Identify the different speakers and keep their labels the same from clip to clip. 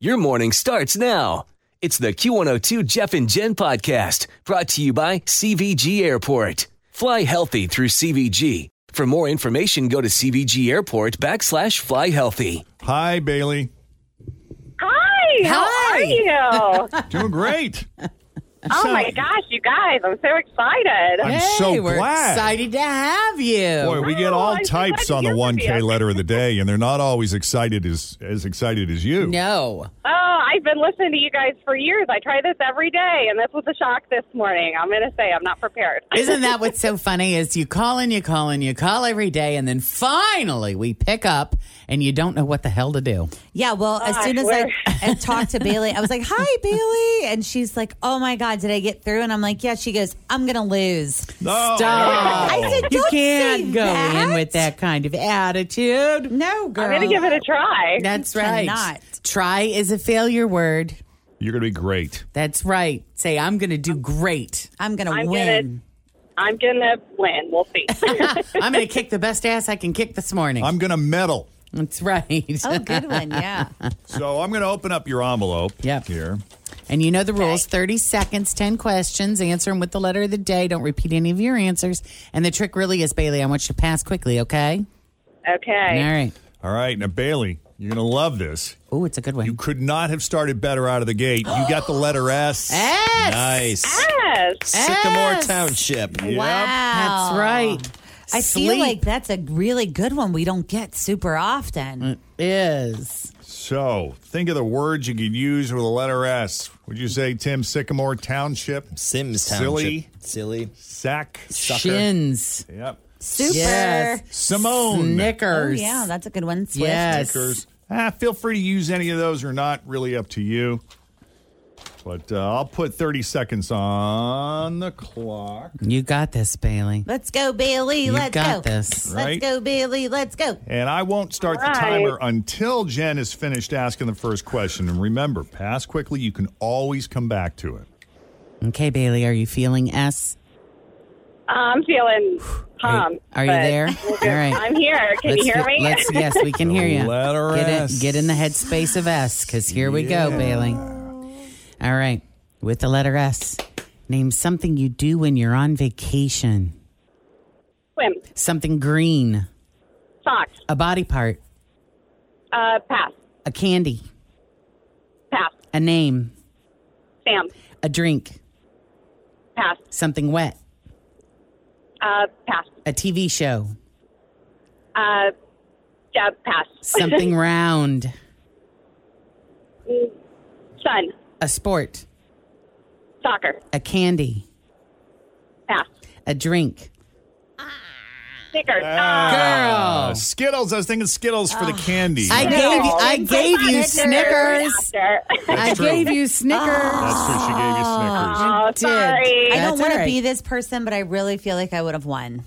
Speaker 1: Your morning starts now. It's the Q102 Jeff and Jen podcast brought to you by CVG Airport. Fly healthy through CVG. For more information, go to CVG Airport backslash fly healthy.
Speaker 2: Hi, Bailey.
Speaker 3: Hi. How
Speaker 4: Hi.
Speaker 3: are you?
Speaker 2: Doing great.
Speaker 3: oh my gosh, you guys! I'm so excited.
Speaker 2: I'm so
Speaker 4: we're
Speaker 2: glad.
Speaker 4: excited to have you.
Speaker 2: Boy, we get
Speaker 3: Wow,
Speaker 2: all
Speaker 3: I'm so glad
Speaker 2: types
Speaker 3: to
Speaker 2: on the
Speaker 3: hear from
Speaker 2: 1K
Speaker 3: you.
Speaker 2: letter of the day, and they're not always excited as as excited as you.
Speaker 4: no.
Speaker 3: Oh, I've been listening to you guys for years. I try this every day, and this was a shock this morning. I'm gonna say I'm not prepared.
Speaker 4: Isn't that what's so funny is you call and you call and you call every day and then finally we pick up and you don't know what the hell to do.
Speaker 5: Yeah, well, as
Speaker 3: Gosh,
Speaker 5: soon as I,
Speaker 3: where-
Speaker 5: I talked to Bailey, I was like, "Hi, Bailey," and she's like, "Oh my god, did I get through?" And I'm like, "Yeah." She goes, "I'm gonna lose."
Speaker 2: No,
Speaker 4: Stop.
Speaker 2: no.
Speaker 5: I said,
Speaker 4: Oh. You
Speaker 5: "Don't say
Speaker 4: can't go
Speaker 5: that."
Speaker 4: in with that kind of attitude.
Speaker 5: No, girl.
Speaker 3: I'm gonna give it
Speaker 4: Oh.
Speaker 3: a try.
Speaker 4: That's
Speaker 5: You
Speaker 4: right.
Speaker 5: cannot.
Speaker 4: Try is a failure word.
Speaker 2: You're going to be great.
Speaker 4: That's right. Say I'm going to do great.
Speaker 5: I'm gonna
Speaker 3: I'm
Speaker 5: win.
Speaker 3: gonna. I'm gonna win. We'll see.
Speaker 4: I'm going to kick the best ass I can kick this morning.
Speaker 2: I'm going to medal.
Speaker 4: That's right.
Speaker 5: Oh, good one. Yeah.
Speaker 2: So I'm going to open up your envelope
Speaker 4: Yep.
Speaker 2: here.
Speaker 4: And you know the rules 30 seconds, 10 questions, answer them with the letter of the day. Don't repeat any of your answers. And the trick really is, Bailey, I want you to pass quickly, okay? All
Speaker 3: okay.
Speaker 4: right.
Speaker 2: All right, now Bailey, you're going to love this.
Speaker 4: Oh, it's a good one.
Speaker 2: You could not have started better out of the gate. You got the letter S.
Speaker 4: S!
Speaker 6: Nice.
Speaker 3: Yes.
Speaker 6: Sycamore
Speaker 4: S!
Speaker 6: Township.
Speaker 5: Wow.
Speaker 4: That's right.
Speaker 5: I
Speaker 4: Sleep
Speaker 5: feel like that's a really good one. We don't get super
Speaker 4: Mm,
Speaker 5: often.
Speaker 4: is.
Speaker 2: So think of the words you could use with a letter S. Would you say Tim Sycamore Township,
Speaker 6: Sims Township.
Speaker 2: Silly.
Speaker 6: Silly.
Speaker 2: Sack?
Speaker 6: Sucker.
Speaker 4: Shins.
Speaker 2: Yep.
Speaker 5: Super.
Speaker 4: Yes.
Speaker 2: Simone.
Speaker 5: Oh,
Speaker 4: Snickers.
Speaker 5: yeah, that's a good one. Swift.
Speaker 4: Yes.
Speaker 2: Ah, feel free to use any of those or not. Really up to you. But uh, I'll put 30 seconds on the clock.
Speaker 4: You got this, Bailey.
Speaker 5: Let's go, Bailey.
Speaker 4: You
Speaker 5: Let's
Speaker 4: got
Speaker 5: go.
Speaker 4: this.
Speaker 2: Right.
Speaker 5: Let's go, Bailey. Let's go.
Speaker 2: And I won't start the
Speaker 3: All right.
Speaker 2: timer until Jen has finished asking the first question. And remember, pass quickly. You can always come back to it.
Speaker 4: Okay, Bailey, are you feeling S?
Speaker 3: I'm feeling pumped.
Speaker 4: Are you
Speaker 3: but
Speaker 4: there?
Speaker 3: we'll do-
Speaker 4: All right.
Speaker 3: I'm here. Can
Speaker 4: Let's
Speaker 3: you hear
Speaker 4: get-
Speaker 3: me?
Speaker 4: Let's, yes, we can hear you.
Speaker 2: letter
Speaker 4: get,
Speaker 2: S.
Speaker 4: In, get in the headspace of S, because here we go, Bailey. All right, with the letter S, name something you do when you're on vacation.
Speaker 3: Swim.
Speaker 4: Something green,
Speaker 3: Socks.
Speaker 4: a body part,
Speaker 3: Uh, pass.
Speaker 4: a candy,
Speaker 3: Pass.
Speaker 4: a name,
Speaker 3: Sam.
Speaker 4: a drink,
Speaker 3: Pass.
Speaker 4: something wet,
Speaker 3: Uh, pass.
Speaker 4: a TV show,
Speaker 3: Uh, yeah, pass.
Speaker 4: something round,
Speaker 3: Sun.
Speaker 4: a sport,
Speaker 3: Soccer.
Speaker 4: a candy,
Speaker 3: Pass.
Speaker 4: a drink.
Speaker 3: Snickers.
Speaker 4: Girl,
Speaker 3: Ah.
Speaker 2: Uh, Skittles. I was thinking Skittles for the candy.
Speaker 4: I
Speaker 2: That's
Speaker 4: gave you, I
Speaker 5: Snickers.
Speaker 4: gave you Snickers.
Speaker 3: After.
Speaker 4: I
Speaker 2: true.
Speaker 4: gave you
Speaker 3: Ah.
Speaker 4: Snickers.
Speaker 2: what she gave you, Snickers.
Speaker 3: Oh,
Speaker 4: did.
Speaker 3: sorry.
Speaker 5: I
Speaker 4: That's
Speaker 5: don't want
Speaker 4: all
Speaker 5: to
Speaker 4: right.
Speaker 5: be this person, but I really feel like I would have won.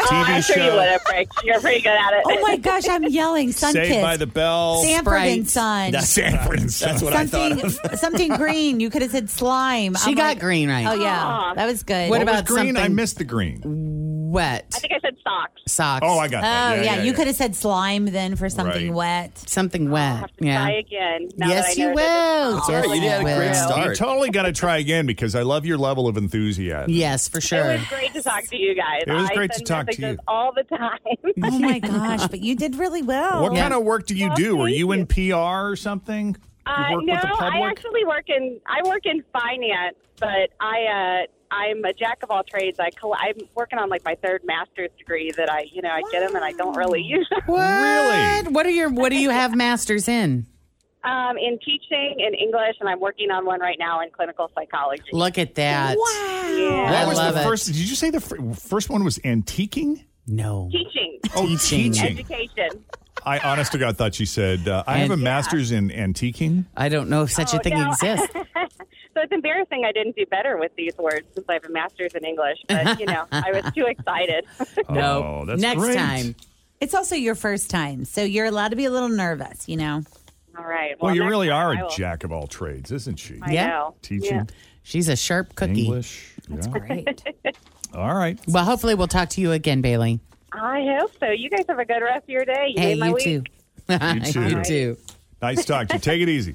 Speaker 3: Oh,
Speaker 2: TV
Speaker 3: I'm sure you
Speaker 2: show.
Speaker 3: would have, Rick. You're pretty good at it.
Speaker 5: Oh my gosh, I'm yelling. Sun
Speaker 2: Saved
Speaker 5: kiss.
Speaker 2: by the Bell.
Speaker 5: Sanford
Speaker 4: Sprite.
Speaker 5: and Son.
Speaker 2: Sanford and Son.
Speaker 6: That's what I
Speaker 5: something,
Speaker 6: thought of.
Speaker 5: something green. You could have said slime.
Speaker 4: She
Speaker 5: I'm
Speaker 4: got
Speaker 5: like,
Speaker 4: green right.
Speaker 5: Oh yeah, that was good.
Speaker 4: What
Speaker 2: What was
Speaker 4: about
Speaker 2: green? I
Speaker 4: something-
Speaker 2: missed the green.
Speaker 3: I
Speaker 4: Wet
Speaker 3: think I said socks.
Speaker 4: socks.
Speaker 2: Oh, I got
Speaker 5: Oh
Speaker 2: that.
Speaker 5: yeah,
Speaker 2: yeah,
Speaker 5: you could have said slime then for something wet.
Speaker 4: something
Speaker 3: I'll
Speaker 4: wet.
Speaker 3: have to try
Speaker 4: Yeah.
Speaker 3: again. Now
Speaker 4: Yes,
Speaker 3: that I
Speaker 4: you
Speaker 3: know
Speaker 4: will.
Speaker 3: that
Speaker 4: Yes,
Speaker 6: all right, you
Speaker 4: you
Speaker 6: had a great
Speaker 4: will.
Speaker 6: start.
Speaker 2: You totally got to try again because I love your level of enthusiasm.
Speaker 4: Yes, for
Speaker 3: this-
Speaker 4: sure.
Speaker 3: It was great to talk to you guys.
Speaker 2: It was
Speaker 3: I
Speaker 2: great to
Speaker 3: send
Speaker 2: talk to you.
Speaker 3: messages all the time.
Speaker 5: Oh my gosh, but you did really well.
Speaker 2: What kind of work do you do? Are you in PR or something?
Speaker 3: Uh,
Speaker 2: You work
Speaker 3: no,
Speaker 2: with the
Speaker 3: I
Speaker 2: public?
Speaker 3: actually work in I work in finance, but I uh, I'm a jack of all trades. I coll- I'm working on like my third master's degree that I you know I get them and I don't really use them.
Speaker 2: Really?
Speaker 4: What are your What do you have masters in?
Speaker 3: um, in teaching in English, and I'm working on one right now in clinical psychology.
Speaker 4: Look at that.
Speaker 5: Wow.
Speaker 3: Yeah.
Speaker 2: What
Speaker 4: I
Speaker 2: was
Speaker 4: love
Speaker 2: the
Speaker 4: it.
Speaker 2: first? Did you say the fir- first one was antiquing?
Speaker 4: No.
Speaker 3: Teaching,
Speaker 2: Oh,
Speaker 4: Teaching.
Speaker 2: teaching.
Speaker 3: education.
Speaker 2: I honest to God thought she said, uh, I have a
Speaker 4: And-
Speaker 2: master's in antiquing.
Speaker 4: I don't know if such a
Speaker 3: Oh,
Speaker 4: thing
Speaker 3: no.
Speaker 4: exists.
Speaker 3: So it's embarrassing I didn't do better with these words since I have a master's in English, but you know I was too excited.
Speaker 4: no.
Speaker 2: Oh, that's
Speaker 4: Next
Speaker 2: great.
Speaker 4: time.
Speaker 5: It's also your first time, so you're allowed to be a little nervous, you know?
Speaker 3: All right.
Speaker 2: Well, you
Speaker 3: next
Speaker 2: really
Speaker 3: time
Speaker 2: are
Speaker 3: I will-
Speaker 2: a jack of all trades, isn't she?
Speaker 3: I
Speaker 4: Yeah.
Speaker 3: know.
Speaker 2: Teaching
Speaker 4: She's a sharp cookie.
Speaker 2: English.
Speaker 5: That's
Speaker 2: yeah.
Speaker 5: great.
Speaker 2: All right.
Speaker 4: Well, hopefully we'll talk to you again, Bailey.
Speaker 3: I hope so. You guys have a good rest of your day. You
Speaker 4: hey,
Speaker 3: made my
Speaker 4: you
Speaker 3: week.
Speaker 4: too.
Speaker 2: too.
Speaker 4: you too.
Speaker 2: Nice talk to you. Take it easy.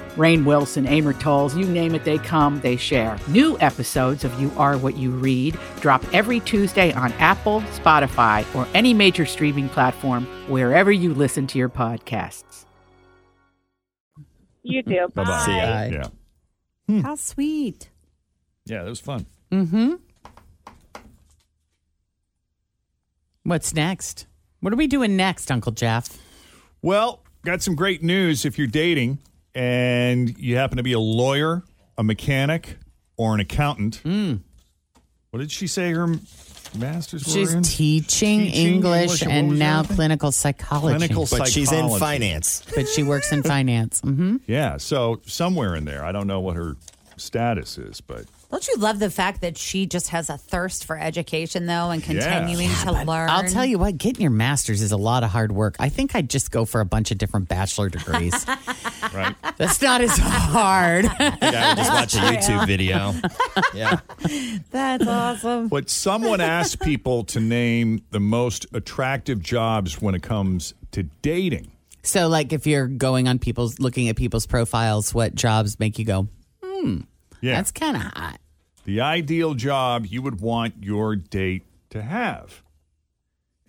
Speaker 7: Rain Wilson, Amor Tolls, you name it, they come, they share. New episodes of You Are What You Read drop every Tuesday on Apple, Spotify, or any major streaming platform wherever you listen to your podcasts.
Speaker 3: You too.
Speaker 2: Bye bye.
Speaker 3: Bye.
Speaker 2: Yeah.
Speaker 5: How sweet.
Speaker 2: Yeah, that was fun.
Speaker 4: Mm-hmm. What's next? What are we doing next, Uncle Jeff?
Speaker 2: Well, got some great news if you're dating and you happen to be a lawyer, a mechanic, or an accountant. What did she say her master's were
Speaker 4: She's
Speaker 2: in?
Speaker 4: teaching, English
Speaker 2: what was
Speaker 4: and
Speaker 2: the
Speaker 4: now
Speaker 2: other thing?
Speaker 4: clinical psychology.
Speaker 2: Clinical
Speaker 8: But she's in
Speaker 2: psychology.
Speaker 8: finance.
Speaker 4: But she works in finance. Mm-hmm.
Speaker 2: Yeah, so somewhere in there. I don't know what her status is, but
Speaker 5: Don't you love the fact that she just has a thirst for education, though, and continuing to learn?
Speaker 4: I'll tell you what, getting your master's is a lot of hard work. I think I'd just go for a bunch of different bachelor degrees.
Speaker 2: right.
Speaker 4: That's not as hard.
Speaker 8: Yeah, I just watch a YouTube video. Yeah.
Speaker 5: That's awesome.
Speaker 2: But someone asked people to name the most attractive jobs when it comes to dating.
Speaker 4: so, like, if you're going on people's, looking at people's profiles, what jobs make you go,
Speaker 2: Yeah.
Speaker 4: that's kind of hot?
Speaker 2: the ideal job you would want your date to have.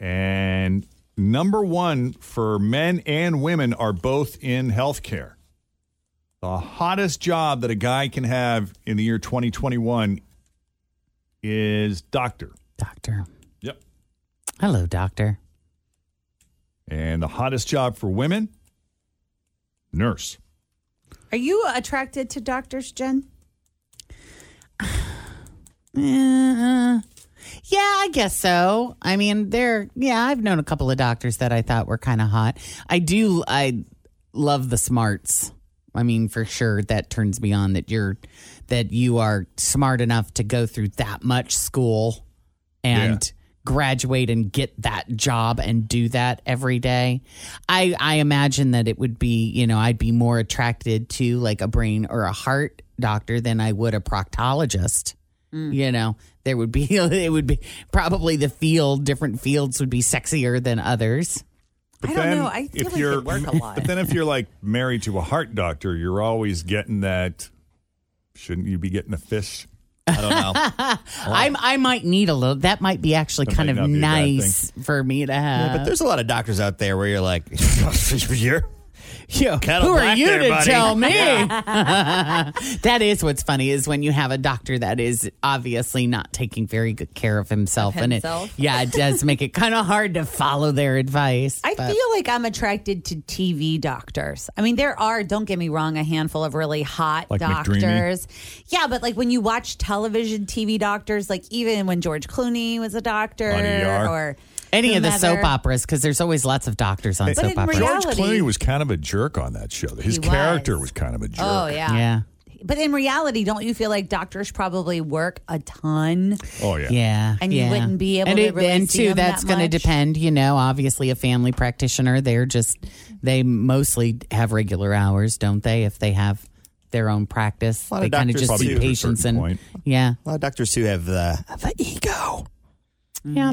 Speaker 2: And number one for men and women are both in healthcare. The hottest job that a guy can have in the year 2021 is doctor.
Speaker 4: Doctor.
Speaker 2: Yep.
Speaker 4: Hello, doctor.
Speaker 2: And the hottest job for women, nurse.
Speaker 5: Are you attracted to doctors, Jen?
Speaker 4: Uh, yeah, I guess so. I mean, they're yeah. I've known a couple of doctors that I thought were kind of hot. I do. I love the smarts. I mean, for sure, that turns me on that you're that you are smart enough to go through that much school and graduate and get that job and do that every day. I I imagine that it would be, you know, I'd be more attracted to like a brain or a heart doctor than I would a proctologist you know there would be it would be probably the field different fields would be sexier than others
Speaker 5: I don't know. I feel like they work a lot.
Speaker 2: But then if you're like married to a heart doctor, you're always getting that. Shouldn't you be getting a fish?
Speaker 8: I don't know.
Speaker 4: I'm, i might need a little that might be actually
Speaker 2: That
Speaker 4: kind
Speaker 2: might not
Speaker 4: of
Speaker 2: be a bad thing.
Speaker 4: nice for me to have
Speaker 8: Yeah, but there's a lot of doctors out there where you're like, you're
Speaker 4: Yo,
Speaker 8: Kinda
Speaker 4: who are
Speaker 8: black
Speaker 4: you
Speaker 8: there,
Speaker 4: to
Speaker 8: buddy.
Speaker 4: tell me that is what's funny is when you have a doctor that is obviously not taking very good care of himself,
Speaker 5: Himself.
Speaker 4: and it yeah it does make it kind of hard to follow their advice
Speaker 5: I
Speaker 4: but-
Speaker 5: feel like I'm attracted to TV doctors. I mean, there are, don't get me wrong, a handful of really hot
Speaker 2: Like McDreamy?
Speaker 5: doctors. Yeah, but like when you watch television TV doctors, like even when George Clooney was a doctor
Speaker 2: On ER.
Speaker 5: or
Speaker 4: any of the
Speaker 5: whomever.
Speaker 4: soap operas because there's always lots of doctors on
Speaker 5: in
Speaker 4: soap operas
Speaker 5: reality-
Speaker 2: George Clooney was kind of a jerk on that show. His
Speaker 5: He
Speaker 2: character
Speaker 5: was.
Speaker 2: was kind of a jerk.
Speaker 5: Oh, yeah.
Speaker 4: yeah
Speaker 5: But in reality, don't you feel like doctors probably work a ton?
Speaker 2: Oh yeah.
Speaker 4: Yeah,
Speaker 5: And you
Speaker 4: yeah.
Speaker 5: wouldn't be able
Speaker 4: and
Speaker 5: to
Speaker 4: it-
Speaker 5: really
Speaker 4: and
Speaker 5: see
Speaker 4: too,
Speaker 5: them
Speaker 4: that's
Speaker 5: that
Speaker 4: going to
Speaker 5: much?
Speaker 4: depend. You know, obviously, a family practitioner, they're just they mostly have regular hours, don't they? If they have their own practice,
Speaker 8: lot
Speaker 4: they
Speaker 8: of
Speaker 4: kind of
Speaker 8: doctors
Speaker 4: just
Speaker 8: probably
Speaker 4: see
Speaker 8: do to a
Speaker 4: patients
Speaker 2: certain
Speaker 4: and
Speaker 2: point.
Speaker 4: yeah,
Speaker 8: A lot of doctors who have uh, the ego.
Speaker 4: yeah.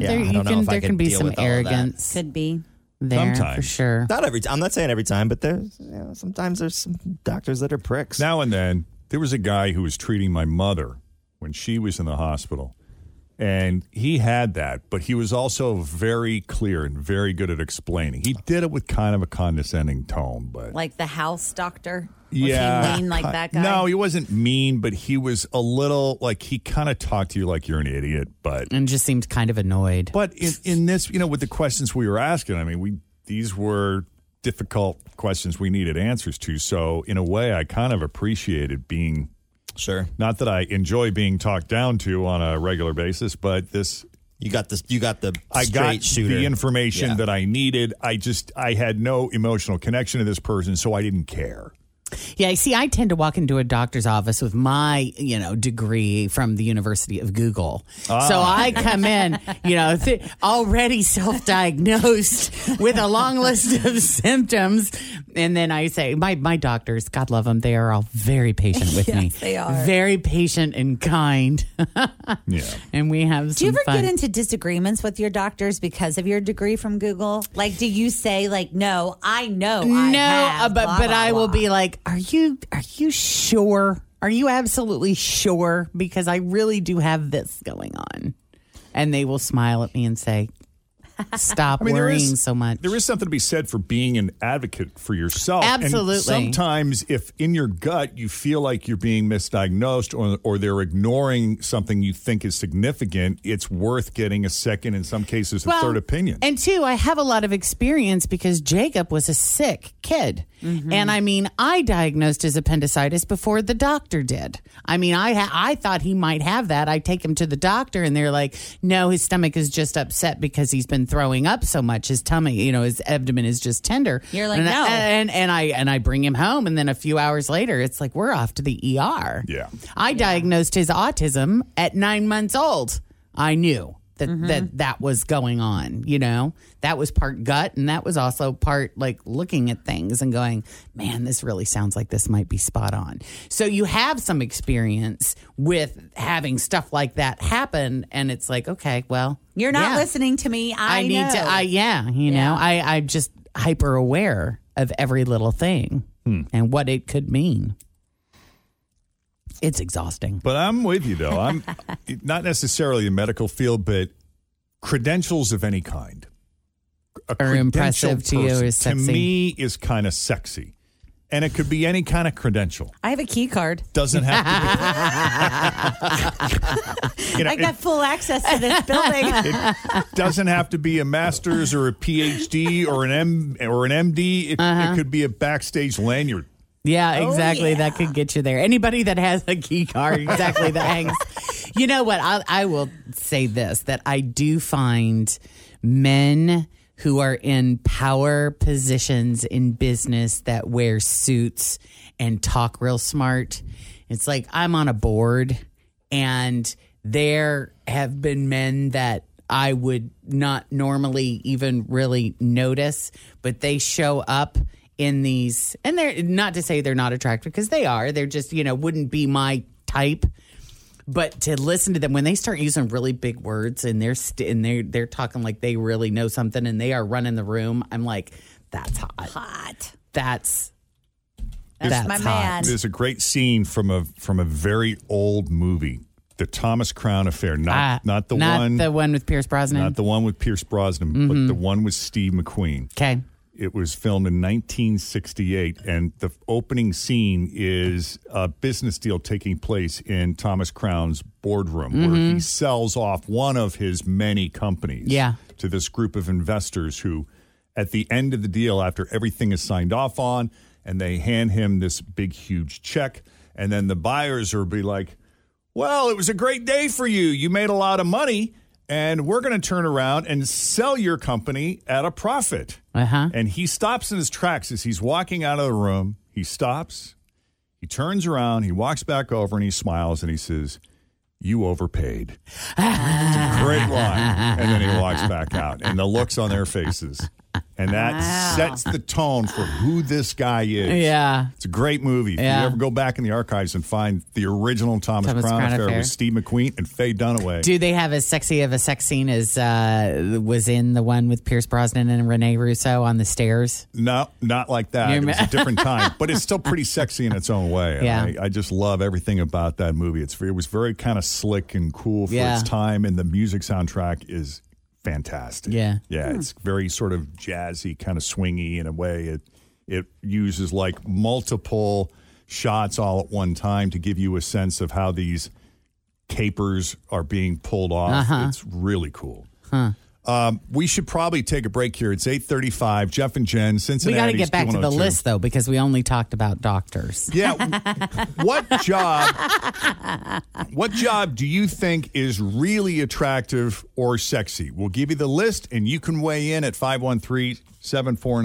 Speaker 8: Yeah,
Speaker 4: there
Speaker 8: I
Speaker 4: you
Speaker 8: don't know
Speaker 4: can
Speaker 8: if I
Speaker 4: there
Speaker 8: could
Speaker 4: can be
Speaker 8: deal
Speaker 4: some
Speaker 8: with all of that.
Speaker 4: arrogance
Speaker 5: Could be.
Speaker 4: there for
Speaker 2: Sometimes.
Speaker 4: sure.
Speaker 8: Not every time. I'm not saying every time, but there's you know, sometimes there's some doctors that are pricks.
Speaker 2: Now and then, there was a guy who was treating my mother when she was in the hospital. And he had that, but he was also very clear and very good at explaining. He did it with kind of a condescending tone, but
Speaker 5: Like the house doctor? Was
Speaker 2: yeah,
Speaker 5: He mean like that guy?
Speaker 2: No, he wasn't mean, but he was a little like he kind of talked to you like you're an idiot. But
Speaker 4: and just seemed kind of annoyed.
Speaker 2: but in, in this, you know, with the questions we were asking, I mean, we these were difficult questions we needed answers to. So in a way, I kind of appreciated being
Speaker 8: Sure.
Speaker 2: not that I enjoy being talked down to on a regular basis, but this
Speaker 8: You got this. You got the
Speaker 2: I
Speaker 8: straight
Speaker 2: got
Speaker 8: shooter.
Speaker 2: the information
Speaker 8: Yeah.
Speaker 2: that I needed. I just I had no emotional connection to this person, so I didn't care.
Speaker 4: Yeah, I see, I tend to walk into a doctor's office with my, you know, degree from the University of Google. So I come in, you know, th- already self-diagnosed with a long list of symptoms, and then I say, my my doctors, God love them, they are all very patient with me.
Speaker 5: they are.
Speaker 4: very patient and kind,
Speaker 2: Yeah.
Speaker 4: and we have.
Speaker 5: Do you ever
Speaker 4: fun.
Speaker 5: get into disagreements with your doctors because of your degree from Google? Like, do you say like, "No, I know, I
Speaker 4: no,
Speaker 5: have,
Speaker 4: uh, but
Speaker 5: blah,
Speaker 4: but
Speaker 5: blah,
Speaker 4: I will
Speaker 5: blah.
Speaker 4: be like, are you are you sure? Are you absolutely sure? Because I really do have this going on, and they will smile at me and say, "Stop worrying so much."
Speaker 2: There is something to be said for being an advocate for yourself. And
Speaker 4: Absolutely.
Speaker 2: sometimes, if in your gut you feel like you're being misdiagnosed or, or they're ignoring something you think is significant, it's worth getting a second, in some cases, a
Speaker 4: Well,
Speaker 2: third opinion.
Speaker 4: And two, I have a lot of experience because Jacob was a sick kid.
Speaker 5: Mm-hmm.
Speaker 4: And I mean, I diagnosed his appendicitis before the doctor did. I mean, I ha- I thought he might have that. I take him to the doctor and they're like, "No, his stomach is just upset because he's been throwing up so much. His tummy, you know, his abdomen is just tender."
Speaker 5: You're like,
Speaker 4: and
Speaker 5: "No."
Speaker 4: I, and and I and I bring him home and then a few hours later, it's like we're off to the ER.
Speaker 2: Yeah.
Speaker 4: I diagnosed his autism at nine months old. I knew that
Speaker 5: Mm-hmm.
Speaker 4: that, that was going on, you know? That was part gut and that was also part like looking at things and going, man, this really sounds like this might be spot on. So you have some experience with having stuff like that happen and it's like, okay, well,
Speaker 5: You're not
Speaker 4: yeah.
Speaker 5: listening to me. I,
Speaker 4: I, need to
Speaker 5: know.
Speaker 4: I yeah, you know, I I'm just hyper aware of every little thing and what it could mean. It's exhausting.
Speaker 2: But I'm with you though. I'm not necessarily the medical field, but credentials of any kind a
Speaker 4: Are impressive
Speaker 2: credentialed
Speaker 4: to you
Speaker 2: person,
Speaker 4: is sexy.
Speaker 2: To me, is kind of sexy, and it could be any kind of credential.
Speaker 5: I have a key card.
Speaker 2: Doesn't have to be. You know,
Speaker 5: I got full access to this
Speaker 2: it,
Speaker 5: building.
Speaker 2: it doesn't have to be a master's or a PhD or an M or an MD. It, it could be a backstage lanyard.
Speaker 4: Yeah, exactly. That could get you there. Anybody that has a key card, exactly that hangs. You know what? I, I will say this that I do find men who are in power positions in business that wear suits and talk real smart. It's like I'm on a board, and there have been men that I would not normally even really notice, but they show up in these and they're not to say they're not attractive because they are they're just you know wouldn't be my type but to listen to them when they start using really big words and they're st- and they're they're talking like they really know something and they are running the room i'm like that's hot
Speaker 5: Hot.
Speaker 4: that's
Speaker 5: That's
Speaker 4: that's
Speaker 5: my
Speaker 4: hot.
Speaker 5: man.
Speaker 2: There's a great scene from a from a very old movie, the Thomas Crown Affair. Not
Speaker 4: Ah,
Speaker 2: not the one.
Speaker 4: the one with pierce brosnan
Speaker 2: Not the one with Pierce Brosnan, but the one with Steve McQueen.
Speaker 4: okay
Speaker 2: It was filmed in 1968, and the opening scene is a business deal taking place in Thomas Crown's boardroom where he sells off one of his many companies
Speaker 4: Yeah.
Speaker 2: to this group of investors who, at the end of the deal, after everything is signed off on, and they hand him this big, huge check, and then the buyers will be like, well, it was a great day for you. You made a lot of money, and we're going to turn around and sell your company at a profit.
Speaker 4: uh-huh
Speaker 2: And he stops in his tracks as he's walking out of the room. He stops. He turns around, he walks back over, and he smiles and he says, You overpaid. Great line. And then he walks back out. And the looks on their faces. And that sets the tone for who this guy is.
Speaker 4: Yeah.
Speaker 2: It's a great movie. If
Speaker 4: Yeah.
Speaker 2: you ever go back in the archives and find the original Thomas,
Speaker 4: Thomas
Speaker 2: Crown,
Speaker 4: Crown
Speaker 2: Affair,
Speaker 4: Affair.
Speaker 2: with Steve McQueen and Faye Dunaway.
Speaker 4: Do they have as sexy of a sex scene as uh, was in the one with Pierce Brosnan and Rene Russo on the stairs?
Speaker 2: No, not like that.
Speaker 4: You
Speaker 2: It was a
Speaker 4: remember-
Speaker 2: different time, but it's still pretty sexy in its own way. And
Speaker 4: Yeah.
Speaker 2: I, I just love everything about that movie. It's it was very kind of slick and cool for
Speaker 4: Yeah.
Speaker 2: its time, and the music soundtrack is fantastic.
Speaker 4: Yeah.
Speaker 2: yeah, it's very sort of jazzy, kind of swingy in a way. It it uses like multiple shots all at one time to give you a sense of how these capers are being pulled off.
Speaker 4: Uh-huh.
Speaker 2: It's really cool. Um, we should probably take a break here. It's eight thirty-five. Jeff and Jen,
Speaker 4: we
Speaker 2: Cincinnati.
Speaker 4: got to get back to the list though because we only talked about doctors.
Speaker 2: oh Yeah. w- what job? What job do you think is really attractive or sexy? We'll give you the list, and you can weigh in at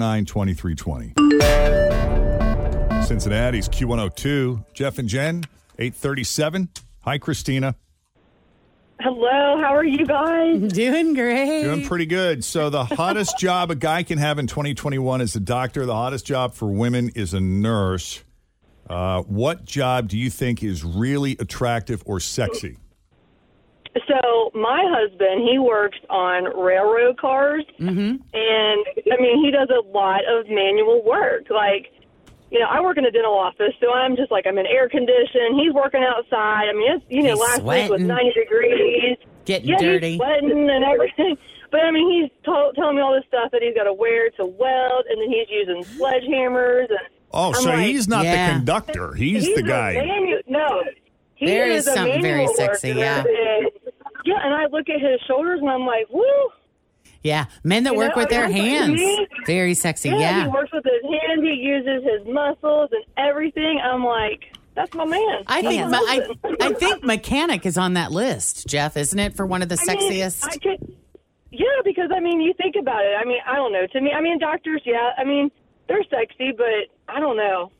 Speaker 2: 513-749-2320. Cincinnati's Q102. Jeff and Jen, eight thirty-seven. Hi, Christina.
Speaker 3: Hello, how are you guys?
Speaker 4: Doing great.
Speaker 2: Doing pretty good. So the hottest job a guy can have in 2021 is a doctor. The hottest job for women is a nurse. Uh, what job do you think is really attractive or sexy?
Speaker 3: So my husband, he works on railroad cars,
Speaker 4: Mm-hmm.
Speaker 3: and I mean, he does a lot of manual work. Like, you know, I work in a dental office, so I'm just like I'm in air condition. He's working outside. I mean, it's you know,
Speaker 4: He's
Speaker 3: last week was
Speaker 4: sweating.
Speaker 3: 90 degrees.
Speaker 4: Getting
Speaker 3: yeah,
Speaker 4: dirty.
Speaker 3: he's sweating and everything. But I mean, he's to- telling me all this stuff that he's got to wear to weld, and then he's using sledgehammers and.
Speaker 2: Oh,
Speaker 3: I'm
Speaker 2: so
Speaker 3: like,
Speaker 2: he's not
Speaker 4: Yeah.
Speaker 2: the conductor. He's,
Speaker 3: He's
Speaker 2: the
Speaker 3: a
Speaker 2: guy.
Speaker 3: manu- no, he
Speaker 4: There is
Speaker 3: a
Speaker 4: something very
Speaker 3: manual
Speaker 4: sexy,
Speaker 3: worker,
Speaker 4: yeah.
Speaker 3: and- yeah, and I look at his shoulders and I'm like, woo.
Speaker 4: Yeah, men that
Speaker 3: You
Speaker 4: work
Speaker 3: know,
Speaker 4: with their
Speaker 3: I mean,
Speaker 4: hands.
Speaker 3: me-
Speaker 4: Very sexy.
Speaker 3: Yeah,
Speaker 4: Yeah.
Speaker 3: he works with his hands. He uses his muscles and everything. I'm like, that's my man.
Speaker 4: I
Speaker 3: That's
Speaker 4: think
Speaker 3: my
Speaker 4: I,
Speaker 3: husband.
Speaker 4: I think mechanic is on that list, Jeff, isn't it? For one of the
Speaker 3: I mean,
Speaker 4: sexiest.
Speaker 3: I could, yeah, because I mean, you think about it. I mean, I don't know. To me, I mean, doctors. Yeah, I mean, they're sexy, but I don't know.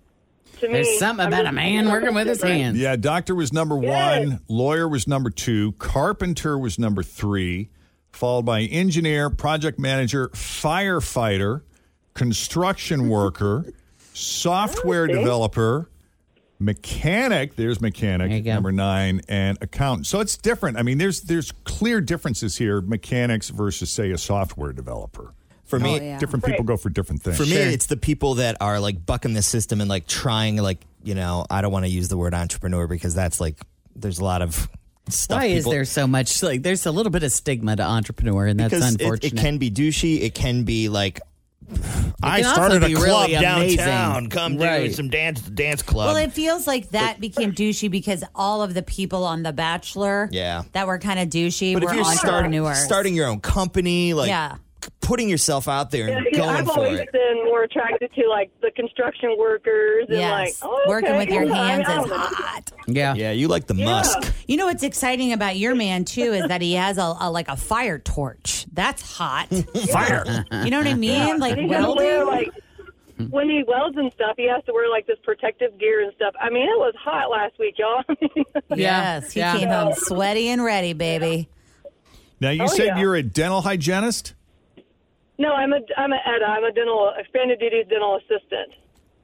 Speaker 3: To me,
Speaker 4: There's something
Speaker 3: I'm
Speaker 4: about a
Speaker 3: just-
Speaker 4: man working with his hands.
Speaker 2: Yeah, doctor was number
Speaker 3: Yes.
Speaker 2: one, lawyer was number two, carpenter was number three, followed by engineer, project manager, firefighter, construction worker, software developer, mechanic. There's mechanic
Speaker 4: There you go.
Speaker 2: number nine, and accountant. So it's different. I mean, there's there's clear differences here: mechanics versus say a software developer.
Speaker 8: For me,
Speaker 2: Different people go for different things.
Speaker 8: For me, it's the people that are like bucking the system and like trying, like, you know, I don't want to use the word entrepreneur because that's like, there's a lot of stuff.
Speaker 4: Why is
Speaker 8: people-
Speaker 4: there so much like? There's a little bit of stigma to entrepreneur, and that's
Speaker 8: Because it-
Speaker 4: unfortunate.
Speaker 8: It, can be douchey. It can be like, I
Speaker 4: can also
Speaker 8: started a
Speaker 4: be
Speaker 8: club
Speaker 4: really amazing."
Speaker 8: downtown. Come
Speaker 4: Right.
Speaker 8: do some dance, dance club.
Speaker 5: Well, it feels like that became douchey because all of the people on The Bachelor,
Speaker 8: Yeah.
Speaker 5: that were kind of douchey,
Speaker 8: but
Speaker 5: were
Speaker 8: if you're start,
Speaker 5: entrepreneurs.
Speaker 8: starting your own company, like
Speaker 5: Yeah.
Speaker 8: putting yourself out there and
Speaker 3: Yeah,
Speaker 8: going
Speaker 3: I've
Speaker 8: for
Speaker 3: always
Speaker 8: it.
Speaker 3: been more attracted to like the construction workers and like
Speaker 5: yes,
Speaker 3: oh,
Speaker 5: working
Speaker 3: okay,
Speaker 5: with your
Speaker 3: yeah, I mean,
Speaker 5: hands
Speaker 3: I
Speaker 5: is
Speaker 3: don't know.
Speaker 5: hot.
Speaker 4: yeah.
Speaker 8: Yeah, you like the Musk.
Speaker 5: You know what's exciting about your man too is that he has a, a like a fire torch. That's hot.
Speaker 8: Fire.
Speaker 5: You know what I mean? Like
Speaker 3: He doesn't wear
Speaker 5: welding.
Speaker 3: like when he welds and stuff, he has to wear like this protective gear and stuff. I mean, it was hot last week, y'all.
Speaker 4: Yeah,
Speaker 5: Yes, he
Speaker 4: yeah.
Speaker 5: came home sweaty and ready, baby.
Speaker 2: now you
Speaker 3: Oh,
Speaker 2: said
Speaker 3: yeah.
Speaker 2: you're a dental hygienist.
Speaker 3: no, I'm a I'm a ETA. I'm a dental expanded duty dental assistant.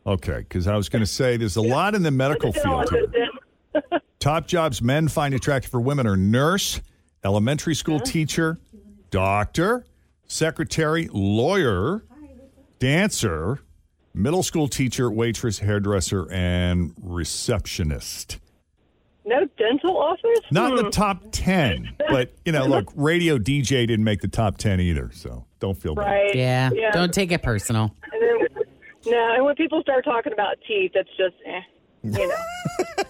Speaker 2: Okay, because I was going to say there's a lot in the medical
Speaker 3: Dental
Speaker 2: field here.
Speaker 3: assistant.
Speaker 2: Top jobs men find attractive for women are nurse, elementary school teacher, doctor, secretary, lawyer, dancer, middle school teacher, waitress, hairdresser, and receptionist.
Speaker 3: No dental office.
Speaker 2: Not
Speaker 3: Hmm.
Speaker 2: in the top 10, but, you know, look, radio DJ didn't make the top 10 either, so don't feel bad.
Speaker 3: right.
Speaker 4: Yeah.
Speaker 3: Yeah.
Speaker 4: Don't take it personal.
Speaker 3: And then, no, and when people start talking about teeth, it's just eh, you know.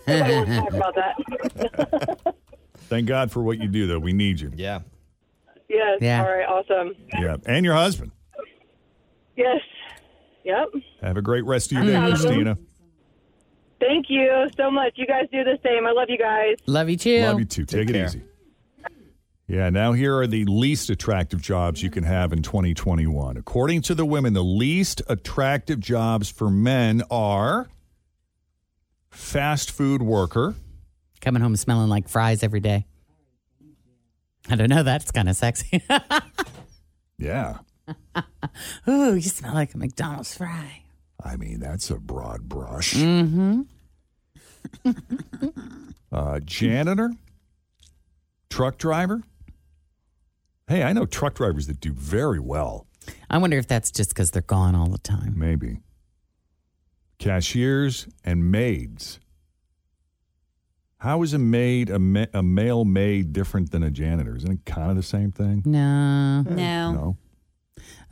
Speaker 3: Nobody wants to talk about that.
Speaker 2: Thank God for what you do, though. We need you.
Speaker 8: Yeah.
Speaker 3: Yes.
Speaker 4: Yeah.
Speaker 3: All right. Awesome.
Speaker 2: Yeah. And your husband.
Speaker 3: Yes. Yep.
Speaker 2: Have a great rest of your day, Christina.
Speaker 3: Thank you so much. You guys do the same. I love you guys.
Speaker 4: Love you too.
Speaker 2: Love you too. Take, it
Speaker 8: care.
Speaker 2: easy. Yeah, now here are the least attractive jobs you can have in 2021. According to the women, the least attractive jobs for men are fast food worker.
Speaker 4: Coming home smelling like fries every day. I don't know. That's kind of sexy.
Speaker 2: Yeah.
Speaker 4: Ooh, you smell like a McDonald's fry.
Speaker 2: I mean, that's a broad brush.
Speaker 5: Mm.
Speaker 4: Mm-hmm.
Speaker 2: Uh, janitor, truck driver. Hey, I know truck drivers that do very well.
Speaker 4: I wonder if that's just because they're gone all the time.
Speaker 2: Maybe. Cashiers and maids. How is a maid, a, ma- a male maid, different than a janitor? Isn't it kind of the same thing?
Speaker 4: No.
Speaker 5: No.
Speaker 2: No.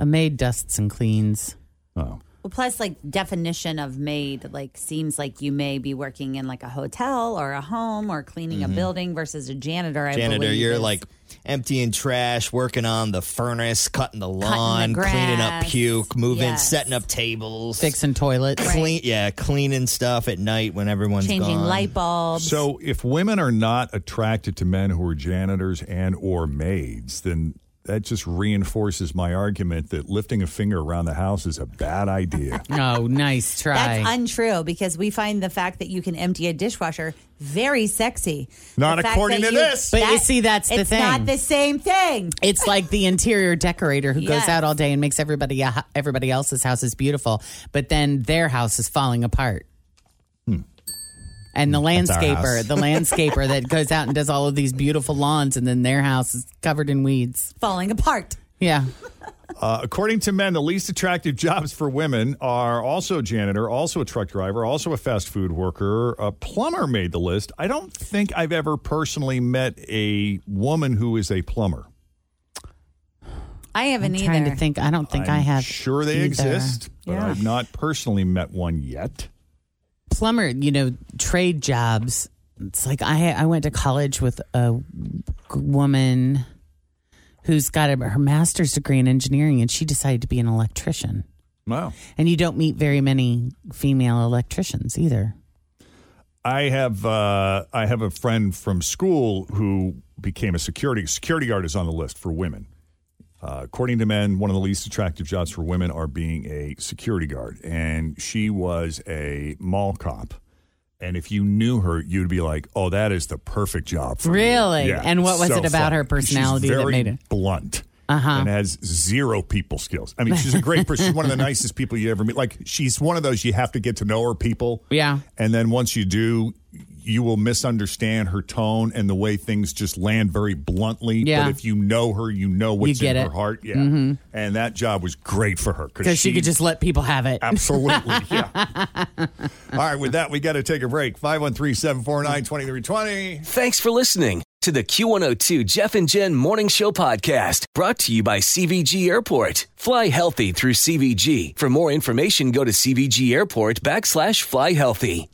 Speaker 4: A maid dusts and cleans.
Speaker 2: Oh.
Speaker 5: Well, plus, like definition of maid, like seems like you may be working in like a hotel or a home or cleaning a building versus a janitor. I
Speaker 8: Mm-hmm. janitor,
Speaker 5: believe
Speaker 8: you're
Speaker 5: is-
Speaker 8: like emptying trash, working on the furnace, cutting the lawn, cleaning up
Speaker 5: grass.
Speaker 8: puke, moving,
Speaker 5: Yes.
Speaker 8: setting up tables,
Speaker 4: Fixing toilets.
Speaker 8: clean, yeah, cleaning stuff at night when everyone's
Speaker 5: changing
Speaker 8: gone.
Speaker 5: light bulbs.
Speaker 2: So if women are not attracted to men who are janitors and or maids, then that just reinforces my argument that lifting a finger around the house is a bad idea.
Speaker 4: Oh, nice try.
Speaker 5: That's untrue because we find the fact that you can empty a dishwasher very sexy.
Speaker 2: Not
Speaker 5: The fact
Speaker 2: according
Speaker 5: that
Speaker 2: to
Speaker 5: you-
Speaker 2: this.
Speaker 4: But you see, that's the
Speaker 5: it's
Speaker 4: thing.
Speaker 5: not the same thing.
Speaker 4: It's like the interior decorator who goes
Speaker 5: Yes.
Speaker 4: out all day and makes everybody everybody else's house is beautiful, but then their house is falling apart.
Speaker 5: Hmm.
Speaker 4: And the
Speaker 8: our
Speaker 4: landscaper,
Speaker 8: house.
Speaker 4: the landscaper that goes out and does all of these beautiful lawns, and then their house is covered in weeds.
Speaker 5: Falling apart.
Speaker 4: Yeah,
Speaker 2: Uh, according to men, the least attractive jobs for women are also janitor, also a truck driver, also a fast food worker. A plumber made the list. I don't think I've ever personally met a woman who is a plumber.
Speaker 5: I haven't
Speaker 4: I'm
Speaker 5: either.
Speaker 4: trying to think. I don't think i
Speaker 2: I'm
Speaker 4: have.
Speaker 2: Sure, they
Speaker 4: either.
Speaker 2: exist, but I've not personally met one yet.
Speaker 4: plumber, you know, trade jobs. It's like I I went to college with a g- woman who's got a, her master's degree in engineering, and she decided to be an electrician.
Speaker 2: Wow.
Speaker 4: And you don't meet very many female electricians either.
Speaker 2: I have uh, I have a friend from school who became a security security guard is on the list for women. Uh, according to men, one of the least attractive jobs for women are being a security guard, and she was a mall cop. And if you knew her, you'd be like, "Oh, that is the perfect job." for me."
Speaker 4: Really?
Speaker 2: Yeah,
Speaker 4: And what was
Speaker 2: so
Speaker 4: it about
Speaker 2: fun.
Speaker 4: her personality
Speaker 2: She's
Speaker 4: that
Speaker 2: very
Speaker 4: made it- Uh-huh.
Speaker 2: blunt? And has zero people skills. I mean, she's a great person. She's one of the nicest people you ever meet. Like, she's one of those you have to get to know her people.
Speaker 4: Yeah.
Speaker 2: And then once you do, you will misunderstand her tone and the way things just land very bluntly.
Speaker 4: Yeah.
Speaker 2: But if you know her, you know what's
Speaker 4: get
Speaker 2: in
Speaker 4: it. Mm-hmm.
Speaker 2: her heart. Yeah. And that job was great for her
Speaker 4: Because she, could just let people have it.
Speaker 2: Absolutely. Yeah. All right. With that, we got to take a break. 513 749 2320.
Speaker 1: Thanks for listening to the Q102 Jeff and Jen Morning Show Podcast, brought to you by CVG Airport. Fly healthy through CVG. For more information, go to CVG Airport backslash fly healthy.